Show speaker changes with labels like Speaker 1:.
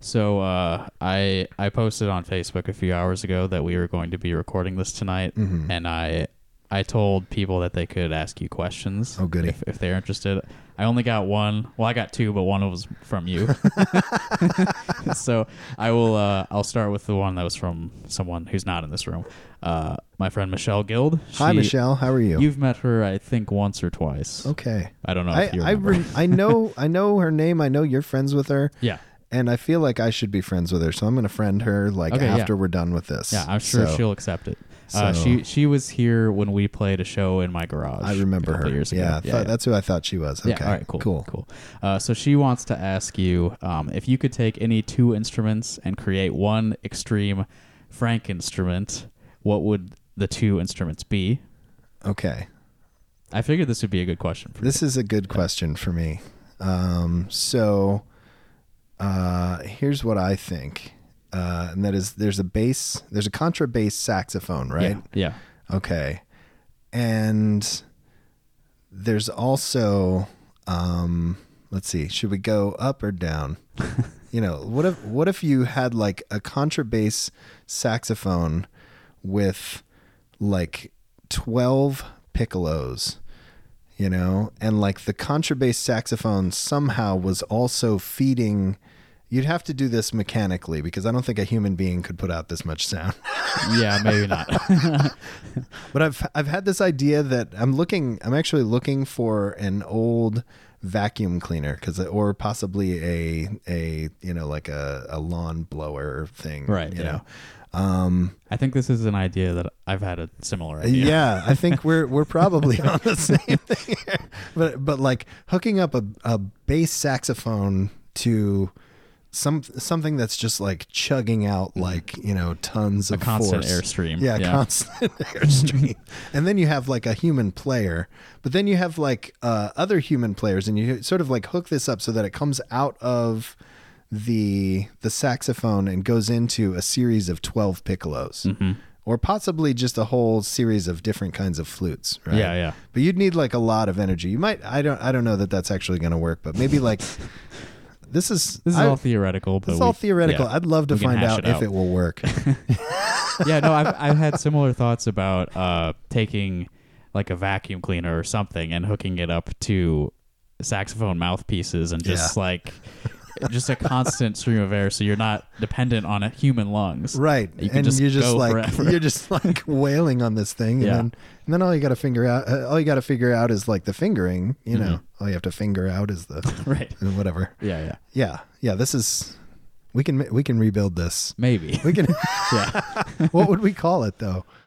Speaker 1: So uh, I I posted on Facebook a few hours ago that we were going to be recording this tonight,
Speaker 2: Mm-hmm.
Speaker 1: and I I told people that they could ask you questions.
Speaker 2: Oh, goody.
Speaker 1: If, if they're interested, I only got one. Well, I got two, but one was from you. so I will uh, I'll start with the one that was from someone who's not in this room. Uh, my friend Michelle Guild.
Speaker 2: Hi,
Speaker 1: She-
Speaker 2: Michelle. How are you?
Speaker 1: You've met her, I think, once or twice.
Speaker 2: okay.
Speaker 1: I don't know.
Speaker 2: I
Speaker 1: if you
Speaker 2: I,
Speaker 1: remember.
Speaker 2: rem- I know I know her name. I know you're friends with her.
Speaker 1: yeah.
Speaker 2: And I feel like I should be friends with her, so I'm gonna friend her like
Speaker 1: Okay, yeah.
Speaker 2: after we're done with this.
Speaker 1: Yeah, I'm sure
Speaker 2: So,
Speaker 1: she'll accept it. uh,
Speaker 2: so-
Speaker 1: she she was here when we played a show in my garage.
Speaker 2: I
Speaker 1: a
Speaker 2: remember
Speaker 1: couple
Speaker 2: her.
Speaker 1: Years ago.
Speaker 2: yeah, I thought- that's who I thought she was. Okay.
Speaker 1: yeah. All right, cool,
Speaker 2: Cool.
Speaker 1: cool. Uh, so she wants to ask you um, if you could take any two instruments and create one extreme Frank instrument. What would the two instruments be?
Speaker 2: Okay.
Speaker 1: I figured this would be a good question. For
Speaker 2: This is a good question for me. Um, so uh, here's what I think, uh, and that is there's a bass, there's a contrabass saxophone, right?
Speaker 1: Yeah. yeah.
Speaker 2: Okay, and there's also um, let's see, should we go up or down? you know, what if what if you had like a contrabass saxophone with like twelve piccolos? you know and like the contrabass saxophone somehow was also feeding you'd have to do this mechanically because i don't think a human being could put out this much sound
Speaker 1: Yeah, maybe not.
Speaker 2: but i've i've had this idea that i'm looking i'm actually looking for an old vacuum cleaner cuz or possibly a a you know like a, a lawn blower thing
Speaker 1: Right,
Speaker 2: you
Speaker 1: yeah.
Speaker 2: know
Speaker 1: I think this is an idea that I've had a similar idea.
Speaker 2: Yeah. I think we're we're probably on the same thing. Here. But but like hooking up a, a bass saxophone to some something that's just like chugging out like you know tons of
Speaker 1: Mm-hmm. constant
Speaker 2: force.
Speaker 1: airstream.
Speaker 2: Yeah,
Speaker 1: Yeah.
Speaker 2: constant airstream. and then you have like a human player, but then you have like uh, other human players, and you sort of like hook this up so that it comes out of the the saxophone and goes into a series of twelve piccolos
Speaker 1: Mm-hmm.
Speaker 2: or possibly just a whole series of different kinds of flutes, right?
Speaker 1: Yeah, yeah.
Speaker 2: But you'd need like a lot of energy. You might I don't I don't know that that's actually going to work, but maybe like this is
Speaker 1: This is
Speaker 2: I-
Speaker 1: all theoretical. But
Speaker 2: this is all
Speaker 1: we-
Speaker 2: theoretical.
Speaker 1: yeah.
Speaker 2: I'd love to
Speaker 1: We can
Speaker 2: find
Speaker 1: hash
Speaker 2: out,
Speaker 1: it
Speaker 2: if it will work.
Speaker 1: yeah, no, I've, I've had similar thoughts about uh, taking like a vacuum cleaner or something and hooking it up to saxophone mouthpieces and just
Speaker 2: Yeah.
Speaker 1: like just a constant stream of air, so you're not dependent on a human lungs.
Speaker 2: right.
Speaker 1: You can
Speaker 2: and
Speaker 1: just
Speaker 2: you're just
Speaker 1: go
Speaker 2: like
Speaker 1: forever.
Speaker 2: you're just like wailing on this thing
Speaker 1: Yeah.
Speaker 2: and then and then all you got to figure out uh, all you got to figure out is like the fingering, you know. All you have to figure out is the
Speaker 1: Mm-hmm.
Speaker 2: uh,
Speaker 1: Right.
Speaker 2: whatever.
Speaker 1: Yeah, yeah.
Speaker 2: Yeah. Yeah, this is we can we can rebuild this.
Speaker 1: Maybe.
Speaker 2: We can
Speaker 1: yeah.
Speaker 2: what would we call it though?